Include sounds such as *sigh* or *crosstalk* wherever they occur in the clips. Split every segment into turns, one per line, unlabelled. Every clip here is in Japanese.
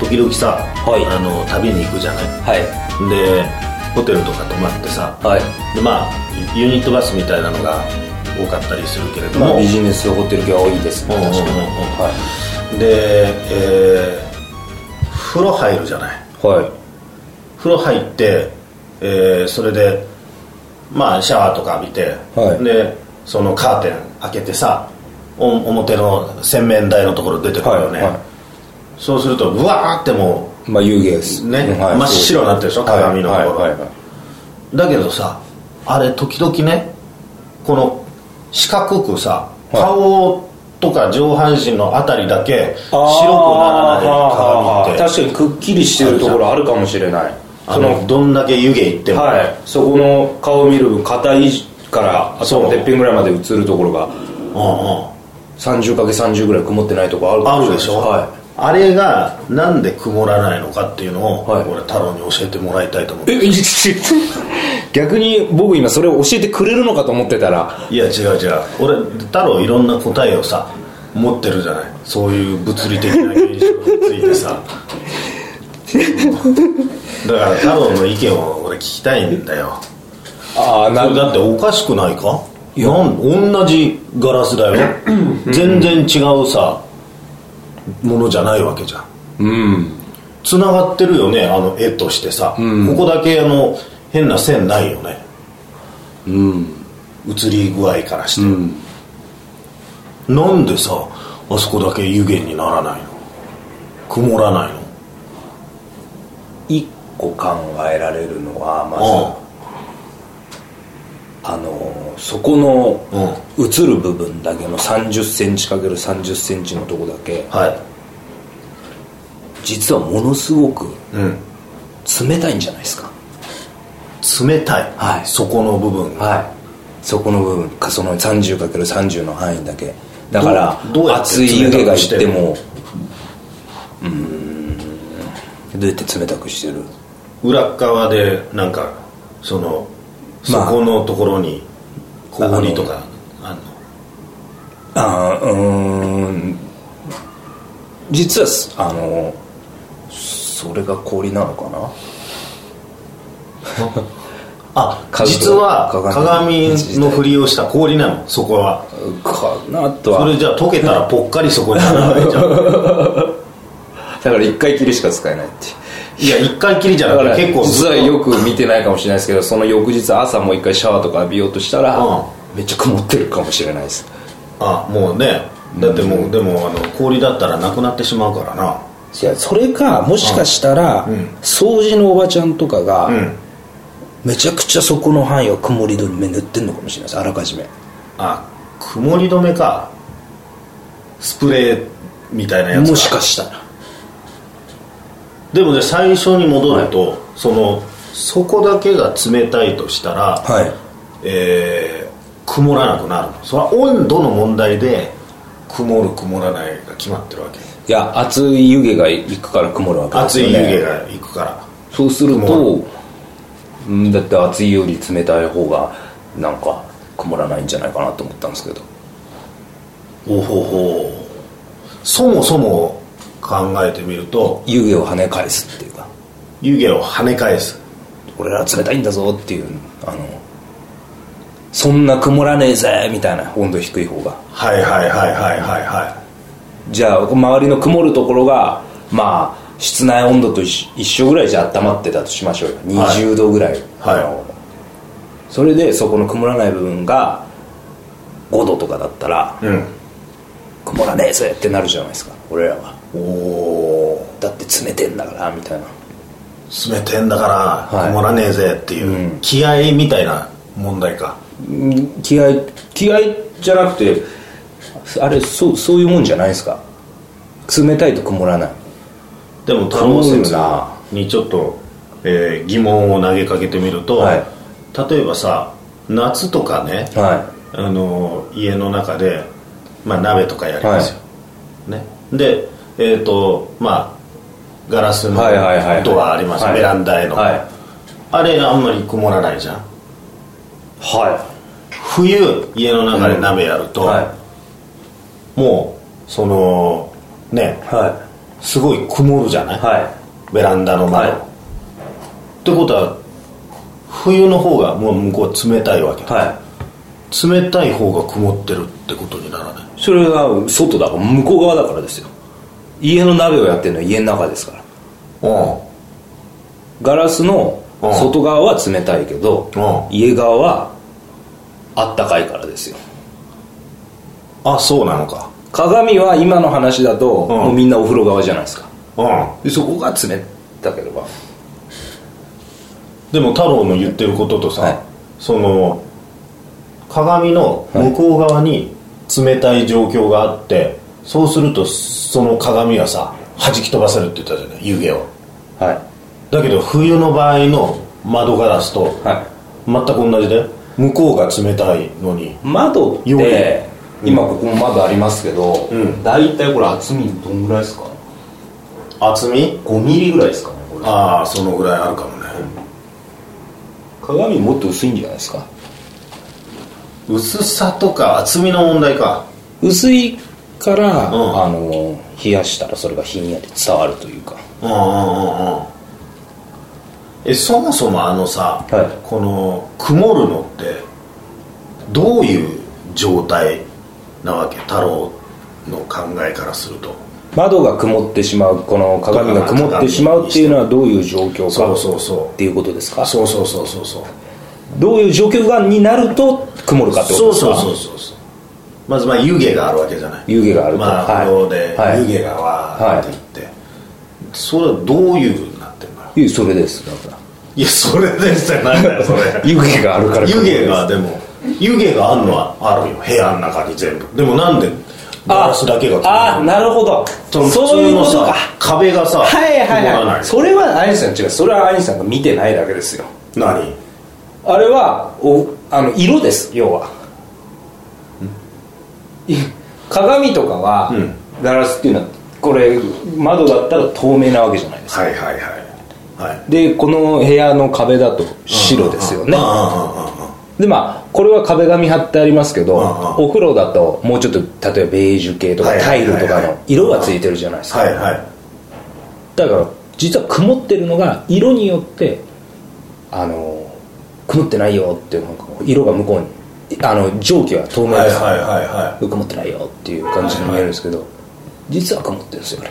時々さ、
はい
あの旅に行くじゃない
はい
でホテルとか泊まってさ、
はい
でまあユニットバスみたいなのが多かったりするけれど
まあ
も、
ビジネスホテル業多いですね
うんうん
確
うん
か
うん
に
で、えー風呂入るじゃない
はいはい
風呂入って、えーそれでまあシャワーとか浴びて、
はい
でそのカーテン開けてさお表の洗面台のところ出てくるよね、
はいはい
そうするとうわーっても
まあ湯気です
ね
うん
真っ白になってるでしょ鏡の
はい
ところ
はいはいはいう
だけどさあれ時々ねこの四角くさ、
はい
顔とか上半身のあたりだけ白
あー
くならない鏡って
はあはあ確かにくっきりしてるところあるかもしれない
あ
その
のどんだけ湯気いっても、
はいそこの顔を見る分硬いから頭のてっぺんぐらいまで映るところが
うんうん
30×30 ぐらい曇ってないとこあるか
あ
も
る
れない
でしょ、
は
あれがなんで曇らないのかっていうのを、
はい
俺太郎に教えてもらいたいと思う
いえいや *laughs* 逆に僕今それを教えてくれるのかと思ってたら
いや違う違う俺太郎いろんな答えをさ持ってるじゃないそういう物理的な現象についてさだから太郎の意見を俺聞きたいんだよ
ああな
こ
る
れ
ほ
だ
ど
っておかしくないかいや同じガラスだよ全然違うさものじゃないわけじゃん
うん
つながってるよねあの絵としてさ、ここだけあの変な線ないよねうん映り具合からして、なんでさあそこだけ湯気にならないの曇らないの
一個考えられるのはまずあのそこの映る部分だけの3 0ンチ× 3 0ンチのとこだけ
は
実はものすごく
い、うん、
冷たいんじゃないですか
冷たい、
はい
そこの部分が
はいそこの部分かその 30×30 の範囲だけだから
どうやって
熱い湯気がいってもうーんどうやって冷たくしてる
裏側でなんかそのそ
まあ
このところに氷とかあんの
あーうーん実はすあのそれが氷なのかな *laughs*
あ
鏡
実は
鏡
鏡のふりをした氷なのそこは
かなと
そ
は
れじゃあ溶けたらぽっかりそこに穴開いちゃ
*laughs*
う
だから1回きりしか使えないっていう
いや一回きりじゃ
だか
な
ら
くて
結
結構ず
構実
っ
は
と
よく見てないかもしれないですけどその翌日朝もう一回シャワーとか浴びようとしたら、
うん
めっちゃ曇ってるかもしれないです
あもうねだってもう、でもあの氷だったらなくなってしまうからない
やそれかもしかしたら、掃除のおばちゃんとかが、
ん
めちゃくちゃそこの範囲を曇り止め塗ってんのかもしれないですあらかじめ
あ曇り止めかスプレーみたいなやつ
もしかしたら
でもね最初に戻ると、そのそこだけが冷たいとしたら、
はい
えー曇らなくなるのそれは温度の問題で曇る曇らないが決まってるわけ
いや熱い湯気が行くから曇るわけです
熱
よ
い湯
ね
気がいくから
そうする
曇
とうんだって熱いより冷たい方がなんか曇らないんじゃないかなと思ったんですけど
おほほそもそも考えてみると
湯気を跳ね返すっていうか
湯気を跳ね返す
俺ら冷たいんだぞっていうあのそんな曇らねえぜみたいな温度低い方が
はいはいはいはいはいは
じゃあ周りの曇るところがまあ室内温度と一緒一緒ぐらいじゃ温まってたとしましょうよ
はい
20度ぐらい、
はい
あのそれでそこの曇らない部分が5度とかだったら
いうん
曇らねえぜってなるじゃないですか俺らは
おお
だって冷てんだからみたいな
ー冷てんだから
はい
曇らねえぜっていう、気合みたいな問題か
うん気合気合じゃなくてあれそうそういうもんじゃないですか冷たいと曇らない
でも太郎説
そうだ
にちょっと、えー疑問を投げかけてみると、
はい
例えばさ夏とかね、
は
あの家の中で、まあ、鍋とかやりますよ、ね、でえっ、とまあガラスのド
はいはいはいはい
アあります、
はい
ベランダへの、
はい
あれあんまり曇らないじゃん
は
冬家の中で鍋やると、
はい
もうそのね
は
すごい曇るじゃない、
は
ベランダの
は
窓、
い
ってことは冬の方がもう向こう冷たいわけ、
いはい
冷たい方が曇ってるってことにならない
それが外だから向こう側だからですよ家の鍋をやってるのは家の中ですから
うん
ガラスの
うん
外側は冷たいけど
う
家側はあったかいからですよ
あそうなのか
鏡は今の話だと、
うん
もうみんなお風呂側じゃないですか
うん
でそこが冷たければ
でも太郎の言ってることとさ、
はい
その鏡の向こう側に冷たい状況があって、そうするとその鏡はさ弾き飛ばせるって言ったじゃない湯気を
は
だけど冬の場合の窓ガラスと
いはい
全く同じで向こうが冷たいのに
窓っ
よ
て今ここも窓ありますけど
うん
大体これ厚みどんぐらいですか
厚み
5ミリぐらいですかねこれ
ああそのぐらいあるかもね
鏡もっと薄いんじゃないですか
薄さとか厚みの問題か
薄いから、
うん
あの冷やしたらそれがひんやり伝わるというか
うんうんうんうんえそもそもあのさ、
はい
この曇るのってどういう状態なわけ太郎の考えからすると
窓が曇ってしまうこの鏡が曇ってしまうっていうのはどういう状況
そ
か
うそうそ
っていうことです
う
か
そうそうそうそうそう
どういう状況がになると曇るかって
そ
こと
う
ですか
そうそうそうそうまずまあ湯気があるわけじゃない
湯気があると
まあ
はい
風呂で
はい
湯気がわーっていって、それはどういうふうになってるの
いやそれですだか
いやそれでじゃないんだよそれ
ら湯気があるから
湯
曇るんです
気がでも湯気があるのはあるよ部屋の中に全部でもなんでガラスだけが
ああなるほど
その
そういうこと
普通のさ
か
壁がさ
はいはい
曇ら
はいそれはアインシュタイン違うそれはアインシュタインが見てないだけですよ
ない
あれはおあの色です要はい鏡とかは、
うん
ガラスっていうのはこれ窓だったら透明なわけじゃないですか
何はいはいはいはい
でこの部屋の壁だと白ですよね
あ
でまあこれは壁紙貼ってありますけど
うんうん
お風呂だともうちょっと例えばベージュ系とか
はいは
タ
い
イルと
は
か
いはい
の色がついてるじゃないです
ああああ
か
はいはい
だから実は曇ってるのが色によってあの曇ってないよっていうなんかこう色が向こうにあの蒸気は透明
はい
です、
はいはいは
曇ってないよっていう感じに見えるんですけど、実は曇ってるんですよ
い
ね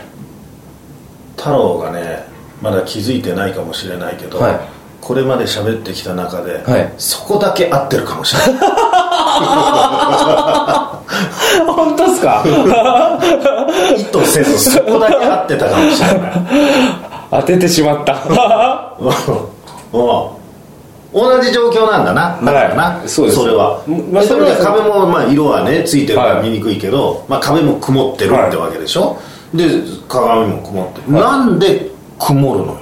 太郎がねまだ気づいてないかもしれないけど、
はい
これまで喋ってきた中で、
はい
そこだけ合ってるかもしれない
本当ですか
意図せずそこだけ合ってたかもしれない
*laughs* 当ててしまっ
*laughs*
た *laughs* は
うん同じ状況なんだな、だからな、
はいそうです
れは。
まあ
それは
それは
壁も、まあ、色はね、ついてるから
はい
見にくいけど、まあ、壁も曇ってる
はい
ってわけでしょ、で、鏡も曇ってる、なんで曇るのよ。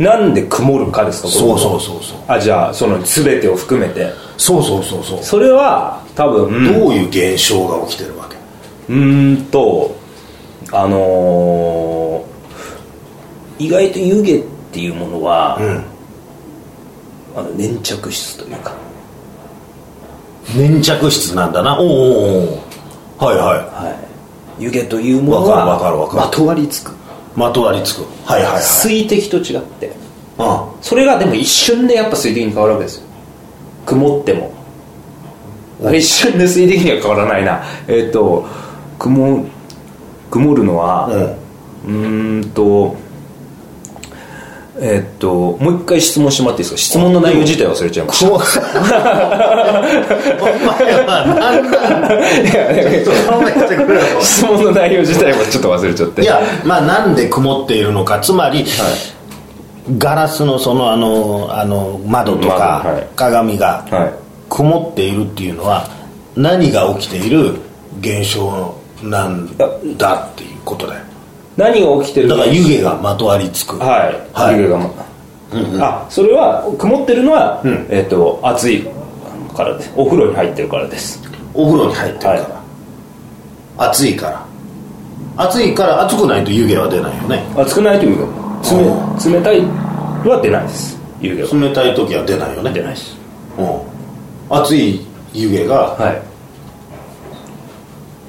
なんで曇るかですか
そうそううそうそう。
あじゃあその全てを含めて
そうそうそうそう。
それは多分
どういう現象が起きてるわけ
うーんとあのー意外と湯気っていうものは、
ん
あの粘着質というか
粘着質なんだな。おうおうおうはいは
湯気というものが
わかるわかるわかる
まとわりつく
い。まとわりつく。はいはいはい。
水滴と違って
う
それがでも一瞬でやっぱ水滴に変わるわけですよ曇ってもあれ一瞬で水滴には変わらないなえっ、と曇曇るのは、
ん。うん。
うーんとえーっともう一回質問してもらっていいですか質問の内容自体忘れちゃいまし
そう *laughs* お前は何なんだ *laughs*
たいやいやい
ちょ
や
っと考えてくれよ
*laughs* 質問の内容自体もちょっと忘れちゃっ
*laughs*
て
いやまあなんで曇っているのかつまり、ガラスのそのあのあの窓とか
窓はい
鏡が
は
曇っているっていうのは何が起きている現象なんだっていうことだよ
何が起きてる
だから湯気がまとわりつく
はい、
はい
湯気がまあそれは曇ってるのは、
ん
えーっと暑いからですお風呂に入ってるからです
お風呂に入ってるから、
は
暑いから暑いから暑くないと湯気は出ないよね
暑くないというか冷冷たいは出ないです湯気は
冷たい時は出ないよね
出ないです
うん暑い湯気が
は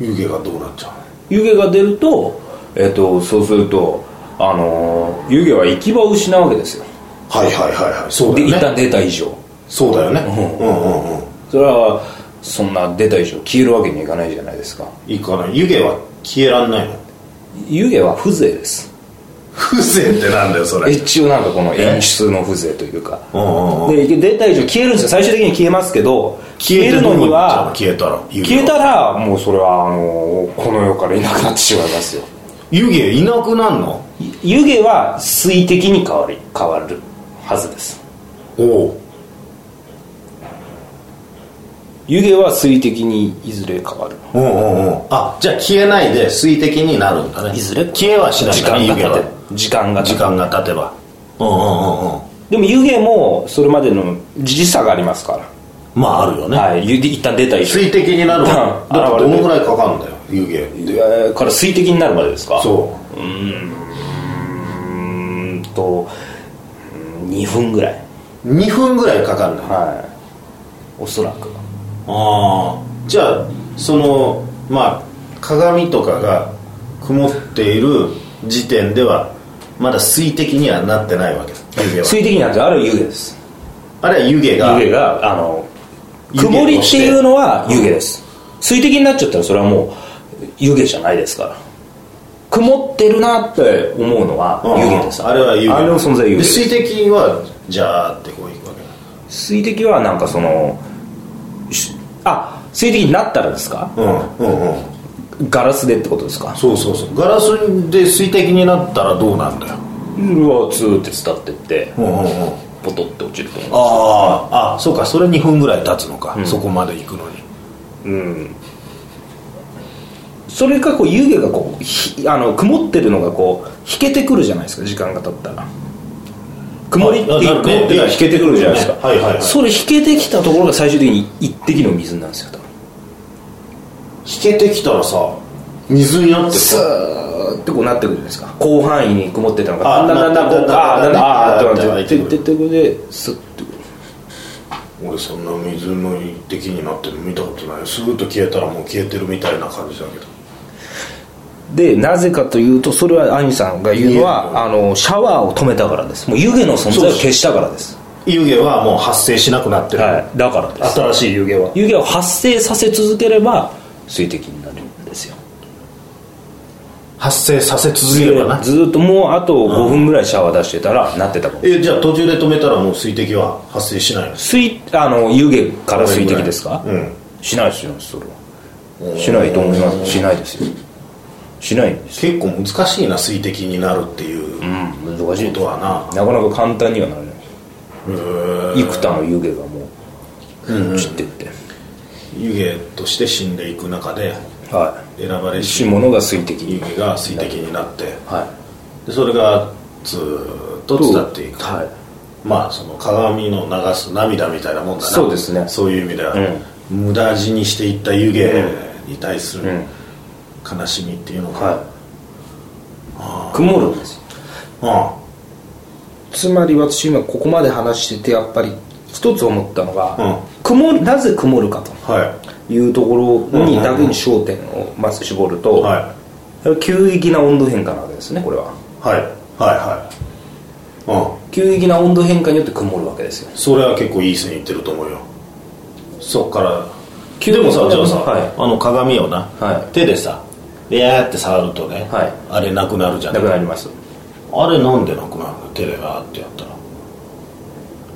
い
湯気がどうなっちゃう
湯気が出るとえっとそうするとあの湯気は行き場を失うわけですよ
はいはいはいはいそうだ
で
よ
一
ね
旦出た以上
そうだよねうんうんうん
それはそんな出た以上消えるわけにはいかないじゃないですか
いいかな湯気は消えらんないの
湯気は風情です
風情ってなんだよそれ
一応なんかこの演出の風情というか
うんうんうん
で出た以上消えるんですよ最終的に消えますけど消えるのには
消えたら湯気
消えたらもうそれはあのこの世からいなくなってしまいますよ
湯気いなくなんの
湯気は水滴に変わり変わるはずです
おお
湯気は水滴にいずれ変わる
うんうんうんあじゃあ消えないで水滴になるんだね
いずれ
消えはしない
時
んだね
間が
湯気
経
は
て時間が経
時
て
間が経てばうんうんうんうん
でも湯気もそれまでの時差がありますか
まああるよ
ら
ね
はい湯で一旦出た以上
水滴になるわ
うん
だってど
現れ
の
て
ぐらいかかるんだよ湯気って
えーから水滴になるまでですかう
そ
ーんと2分ぐらいう
2分ぐらいかかるんだ
はいおそらく
ああじゃあそのまあ鏡とかが曇っている時点ではまだ水滴にはなってないわけだ湯気は
水滴なんてある湯気です
あれは湯気が
湯気があの
湯気として
曇りっていうのは湯気です水滴になっちゃったらそれはもう湯気じゃないですから曇ってるなって思うのは
うん
湯気です
あれは湯気
あれの存在は湯
で
気です
水滴はジャーってこういくわけだ
水滴はなんかそのしあ水滴になったらですか
うんうんうん
ガラスでってことですか
そうそうそうガラスで水滴になったらどうなんだよ
うわツーって伝ってって
うんうんうん
ポトって落ちると思う
あああそうかそれ2分ぐらい経つのか、そこまで行くのに
それかこう湯気がこうひあの曇ってるのがこう引けてくるじゃないですか時間が経ったら曇りって
あなる
曇
ね
ってたら引けてくるじゃないですか、
はいはいはい
それ引けてきたところが最終的に一滴の水なんですよ多分
引けてきたらさ水になって
ス
さ
ーってこうなってくるじゃないですか広範囲に曇ってたのがだ
あ
んだんだんだんこうあ
な
あ
な
だんだん
な
ああってな
な
ってって
な
ってってでスッて
俺そんな水の一滴になってるの見たことないスーッと消えたらもう消えてるみたいな感じだけど
でなぜかというとそれは兄さんが言うのはあのシャワーを止めたからですもう湯気の存在を消したからです
湯気はもう発生しなくなってる、
はいだからです
新しい湯気は
湯気を発生させ続ければ水滴になるんですよ
発生させ続ければな
ずーっともうあと5分ぐらいシャワー出してたらなってたもん
えじゃあ途中で止めたらもう水滴は発生しないの
水あの湯気から水滴ですか、
うん
しないですよそれはしないと思いますしないですよしないんです
結構難しいな水滴になるっていう
う
こ
ん難しい
と
とは
はな
なかなか簡単にはならない幾多の湯気がもう散ってって、
湯気として死んでいく中で
は
選ばれ
い
し
し物が水滴
湯
に
気が水滴になって
はい
でそれがずーっと伝っていく
はい
まあその鏡の流す涙みたいなもんだな
そうですね
そういう意味では、無駄死にしていった湯気に対する悲しみっていうのが、
はい曇るんですよ
うん
つまり私今ここまで話しててやっぱり一つ思ったのが、
うん
曇るなぜ曇るかと
はい
いうところにだけに焦点をまず絞ると、
は
急激な温度変化なわけですねこれはい
はいはいはいうん
急激な温度変化によって曇るわけですよ
それは結構いい線いってると思うよそっから
急
で
に
もさじゃあさ、
はい
あの鏡をな、
は
手でさビャーって触るとね、
はい
あれなくなるじゃ
なく
ん
なります
あれなんでなくなるの手でガーってやったら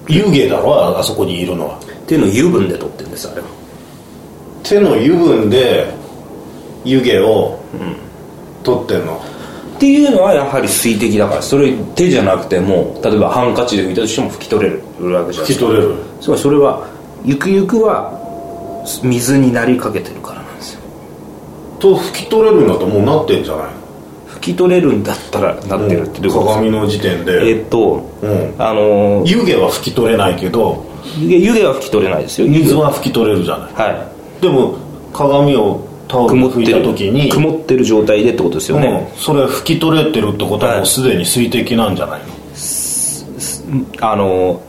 湯気だろああそこにいるのは
っていうのを油分で取ってるんですあれは
手の油分で湯気を取ってんの、
っていうのはやはり水滴だからそれ手じゃなくても例えばハンカチで拭いたとしても拭き取れるわけじゃ
拭
ないで
き
すか
取れる
つまりそれはゆくゆくは水になりかけてるからなんですよ
と拭き取れるんだともうなってんじゃない
拭き取れるんだったらなってるってどういう
の
こと
鏡の時点
え
で、
っと、
うん、
あのー
湯気は拭き取れないけど
湯気湯気は拭き取れないですよ
水は拭き取れるじゃない
は
でも鏡をタオ
い
ルで
曇っ
拭い
て
た
る
時に
曇ってる状態でってことですよね、
うんそれ拭き取れてるってことはもうすでに水滴なんじゃないの、
あのー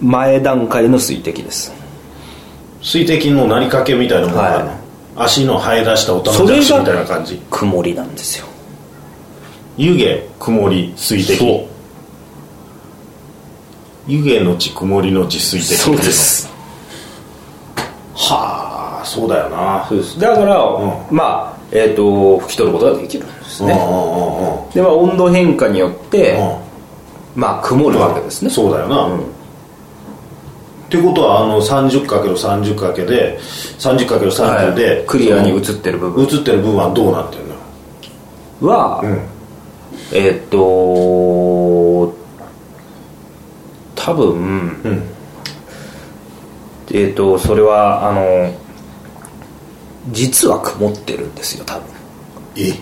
前段階の水滴です
水滴のなりかけみたいなものがあるの、
はい
足の生え出したおたまじゃくしみたいな感じ
曇りなんですよ
湯気曇り水滴
そう
湯気のち曇りのち水滴
そうです
はあそうだよな
そうですだから、
う
まあえっ、と拭き取ることができるんです
うんうん
ね、
うんうん
でまあ温度変化によって、
うん
まあ曇るわけですね、
そうだよな、
うん
ってことはあの 30×30× で 30×30 で、
はいクリアに映ってる部分
映ってる部分はどうなってるのよ
は、
ん
えーっと多分、
うん
えーっとそれはあの実は曇ってるんですよ多分
え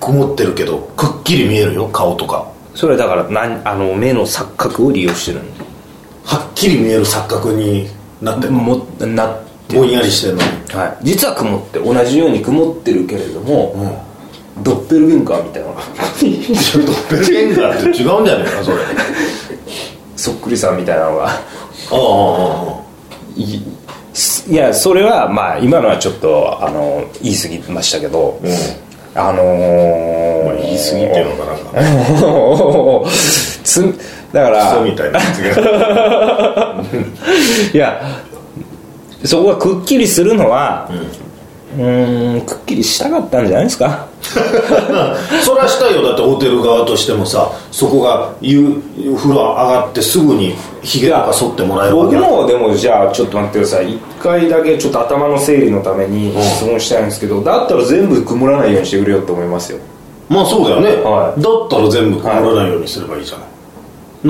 曇ってるけどくっきり見えるよ顔とか
それはだからなんあの目の錯覚を利用してるん
はっきり見える錯覚になってるの
もなって
ぼんやりしてるのに
はい、実は曇って同じように曇ってるけれども、
うん
ドッペルゲンカーみたいな
ちょっとベルゲンガーって違うんじゃないかなそれあ
そっくりさんみたいなのが
あああああ
いいやそれはまあ今のはちょっとあの言い過ぎましたけど、あの
あ
ー
言い過ぎっていうのかなんか
*laughs* つだか
ク
ら
ソみたいな発言
いやそこがくっきりするのはうーんくっきりしたかったんじゃないですか
*laughs* そらしたいよだってホテル側としてもさそこが湯風呂上がってすぐにひげとか剃ってもらえるわ
僕
けだ
もでもじゃあちょっと待ってください一回だけちょっと頭の整理のために質問したいんですけど、だったら全部曇らないようにしてくれよって思いますよ
まあそうだよね、
はい
だったら全部曇らないようにすればいいじゃな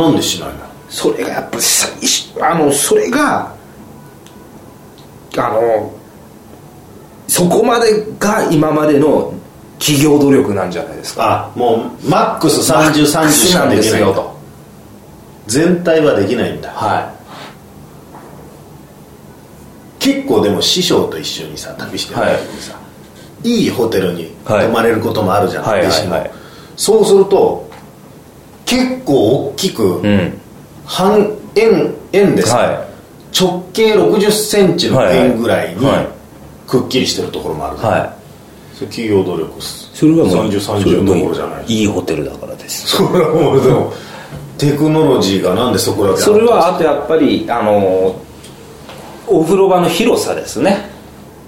い、なんでしないの
それがやっぱさいしあのそれがあのそこまでが今までの企業努力なんじゃないですか
あもうマックス3030しか
なん
で
で
き
す
ない
よと
全体はできないんだ
は
結構でも師匠と一緒にさ旅してる時にさ、い、いホテルに
はい
泊まれることもあるじゃん、
はいはいはい
弟子もそうすると結構大きく、
いうん
半円円ですか、
は
直径6 0センチの円ぐらいに
はいはい
くっきりしてるところもある、
は
それ企業努力っす
いそれはもうそれは
3030
も
ど
う
ころじゃない
いいホテルだからです
*laughs* それはもうでもテクノロジーがなんでそこだけ
それはあとやっぱりあのお風呂場の広さですね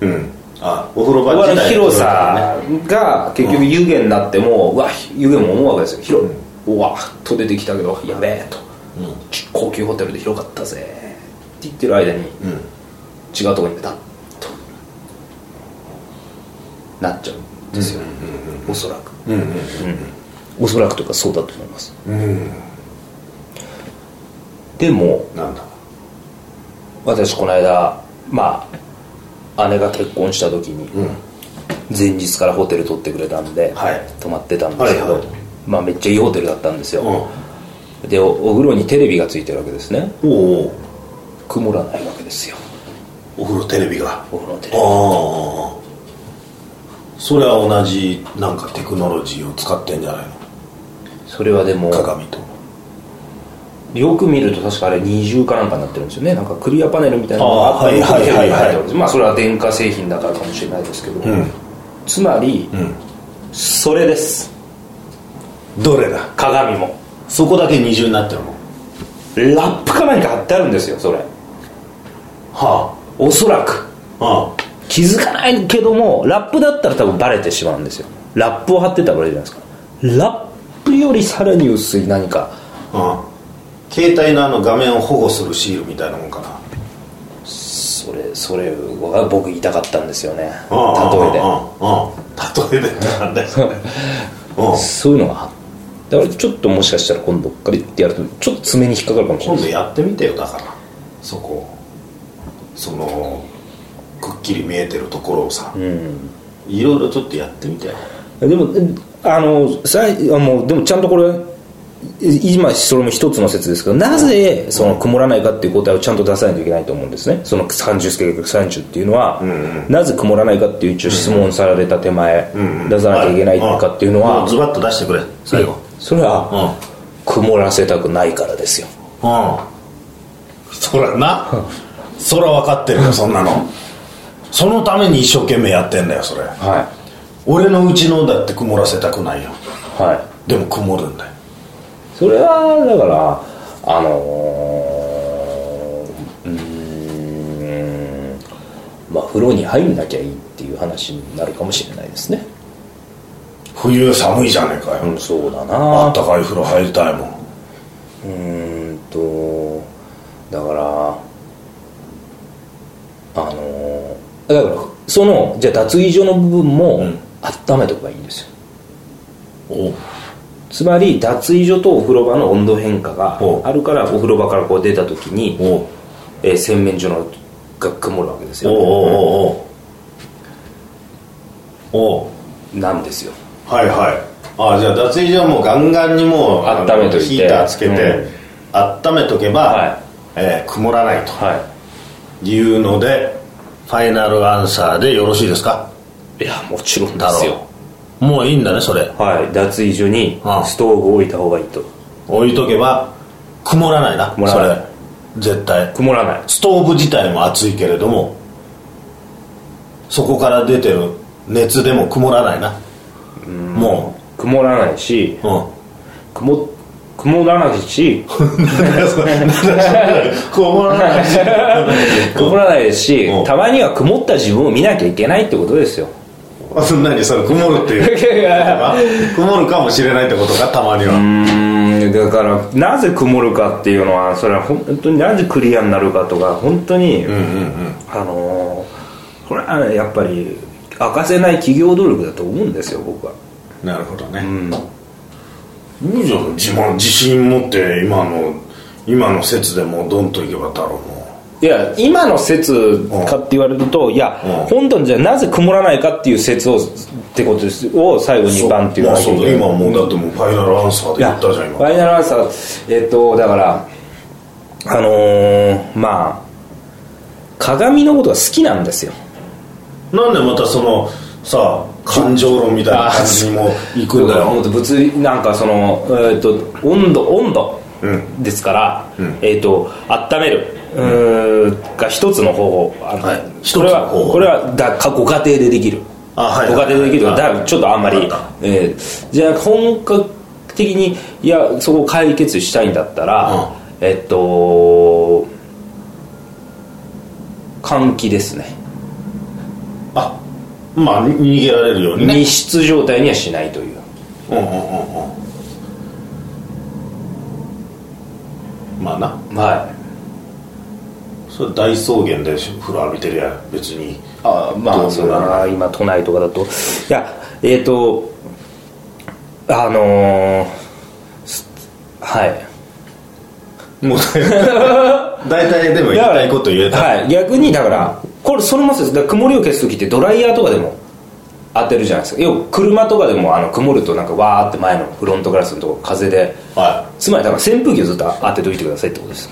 うんあお風呂
お
場
風
自体
呂場の広さが結局湯気になってもうわ湯気も思うわけですよ広いうわっと出てきたけどやべえと、ち高級ホテルで広かったぜって言ってる間に、
ん
違うとこにペタッとなっちゃうんですよ、おそらく、
うんうん
おそらくというかそうだと思います
うん
でも
なんだ
私この間まあ姉が結婚した時に、
うん
前日からホテル取ってくれたんで、
はい
泊まってたんですけど、
はいはい
まあ、めっちゃいいホテルだったんです
うん
よ、でおお風呂にテレビがついてるわけですね
おうおう
曇らないわけですよ
お風呂テレビが
お風呂のテレビ
ああそれは同じなんかテクノロジーを使ってんじゃないの
それはでも
鏡と
よく見ると確かあれ二重かなんかになってるんですよねなんかクリアパネルみたいなのが
あー
あっ
はいはいは
て
いはい
よく見えるようになってるんですまあそれは電化製品だからかもしれないですけど、
ん
つまり、それです
どれだ
鏡も
そこだけ二重になってるの
ラップか何か貼ってあるんですよそれ
は
おそらく
ああ
気づかないけどもラップだったら多分バレてしまうんですよラップを貼ってたらバレるじゃないですかラップよりさらに薄い何か
うん携帯のあの画面を保護するシールみたいなもんかな
それそれが僕言いたかったんですよね例えで
例えでうん例えでってなんだよ *laughs* うん
そういうのがだからちょっともしかしたら今度からってやるとちょっと爪に引っかかるかもしれ
今
ない
度やってみてよだからそこそのくっきり見えてるところをさいろいろちょっとやってみてよ
でもえあのさいあもうでもちゃんとこれい今それも一つの説ですけどなぜその曇らないかっていう答えをちゃんと出さないといけないと思うんですねその30助逆30っていうのは、なぜ曇らないかっていう一応質問された手前、出さなきゃいけないかっていうのは、
んズバッと出してくれ最後
それ
う
は
ん
曇らせたくないからですよ
うんそらな
*laughs*
そら分かってるよそんなのそのために一生懸命やってんだよそれ
は
俺のうちのだって曇らせたくないよ
はい
でも曇るんだよ
それはだからあのーうーんまあ風呂に入んなきゃいいっていう話になるかもしれないですね
冬寒いじゃねえかよ、
うんそうだ
あ
な
ったかい風呂入りたいもん
うーんとだからあのーだからそのじゃあ脱衣所の部分も
うん
温めとけばいいんですよ
お
つまり脱衣所とお風呂場の温度変化が
お
あるからお風呂場からこう出た時に
お
えー洗面所のが曇るわけです
お
よ
おおおお
なんですよ
はいはいあじゃあ脱衣所はもうガンガンにもうあの
温めといて
ヒーターつけて、
うん
温めとけば、
はい
えー曇らないと
は
いうのでファイナルアンサーでよろしいですか
いいやもちろんです
だ
よ
もういいんだねそれ
はい脱衣所に
ああ
ストーブを置いた方がいいと
置いとけば曇らないな
曇らない
それ絶対
曇らない
ストーブ自体も熱いけれどもそこから出てる熱でも曇らないなも
曇らないし
ううん
曇曇らない *laughs* し
曇らないし
曇らないですし
うん
たまには曇った自分を見なきゃいけないってことですよ
あそんなにそれ曇るっていう曇るかもしれないってことかたまには、
うーんだからなぜ曇るかっていうのはそれは本当になぜクリアになるかとか本当に、あのーこれはやっぱり明かせない企業努力だと思うんですよ僕は
なるほどね、いいじゃん自慢自信持って今の今の説でもうドンといけば太郎も
いや今の説かって言われるといや、
うん
本当にじゃあなぜ曇らないかっていう説をってことですを最後にバンっていう
ま
の
あ
は
そうだ今もうだってもうファイナルアンサー
い
で言
や
ったじゃん
フ
今
ァイナルアンサーえっとだからあのーまあ鏡のことが好きなんですよ
なんでまたそのさ感情論みたいな感じにも行くんだ
も
よ
っと物理なんかその、えー、と温度温度
うん
ですから、
ん
えっ、と温める、うーんが一つの方法あの
はい
これは
一つの方法
これはだかご家庭でできる
あはい
ご家庭でできるから
はい
だちょっとあんまり
わかっ、
えーじゃあ本格的にいやそこを解決したいんだったら、
うん
えっと換気ですね
あまあ逃げられるようにね
密室状態にはしないという
うんうんうんうんまあな
はい
それ大草原で風呂浴びてりゃ別 *laughs* に
あま
ど
あ
う
そ
ぞ
うだな今都内とかだといやえっ、とあのー、すはい
もう大体でも言いたいこと言えた
はい逆にだからこれそれもそうですだから曇りを消す時ってドライヤーとかでも当てるじゃないですかよく車とかでもあの曇るとなんかわーって前のフロントガラスのとこ風で
は
つまりだから扇風機をずっと当てておいてくださいってことです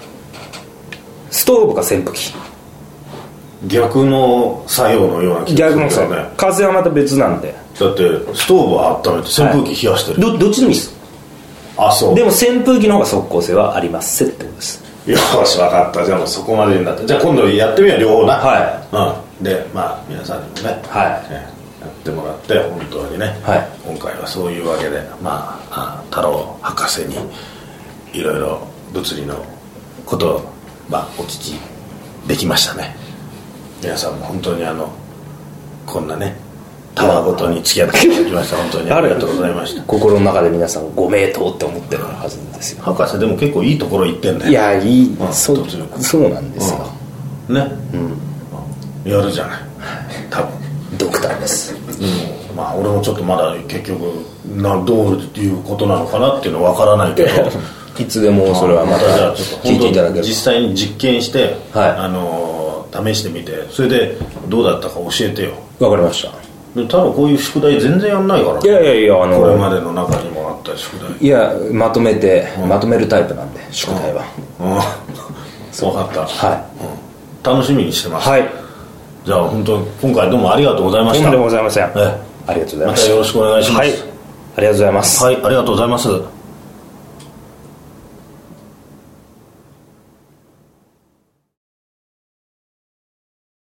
ストーブか扇風機
い逆の作用のような気がす
逆
る
も
け
そ
ど
う
ね
風はまた別なんで
だってストーブは温めて扇風機冷やしてる、
どどっちでもいいです
あそう
でも扇風機の方が即効性はありますってことです
よし分かったじゃあもうそこまでになったじゃあ今度やってみよう両方なはい、うん、でまあ皆さんにもね
はい
ねやってもらって本当にね、
はい
今回はそういうわけでまああ太郎博士にいろいろ物理のことを、まあ、お聞きできましたね皆さんも本当にあのこんなねタワーごとに付き合っていただきました本当にありがとうございました
心の中で皆さんご名答って思ってるはずですよ
博士でも結構いいところ行ってんだよ
いやいい
うん
そ
突然
うそうなんですよ、
ね、やるじゃない多分
ドクターです
うんまあ俺もちょっとまだ結局などういうことなのかなっていうのは分からないけど
*laughs* いつでもそれはまた
じゃあちょっと
聞いてい
本
ただけ
当
れ
に
ば
実際に実験して、
はい
あのー試してみてそれでどうだったか教えてよ
わかりました
でも多分こういう宿題全然やんないから
いやいやいやあ
これま
の
での中にもあった宿題
いやまとめて、まとめるタイプなんで宿題は、
うんそう分かった、
は
うん楽しみにしてます、
い
じゃあ本当に今回どうもありがとうございま
はい
し
と
た
んでもございません
ええ
ありがとうござい
ま
ま
た
す
よろしくお願いします、
はいありがとうございます
はい、ありがとうございます。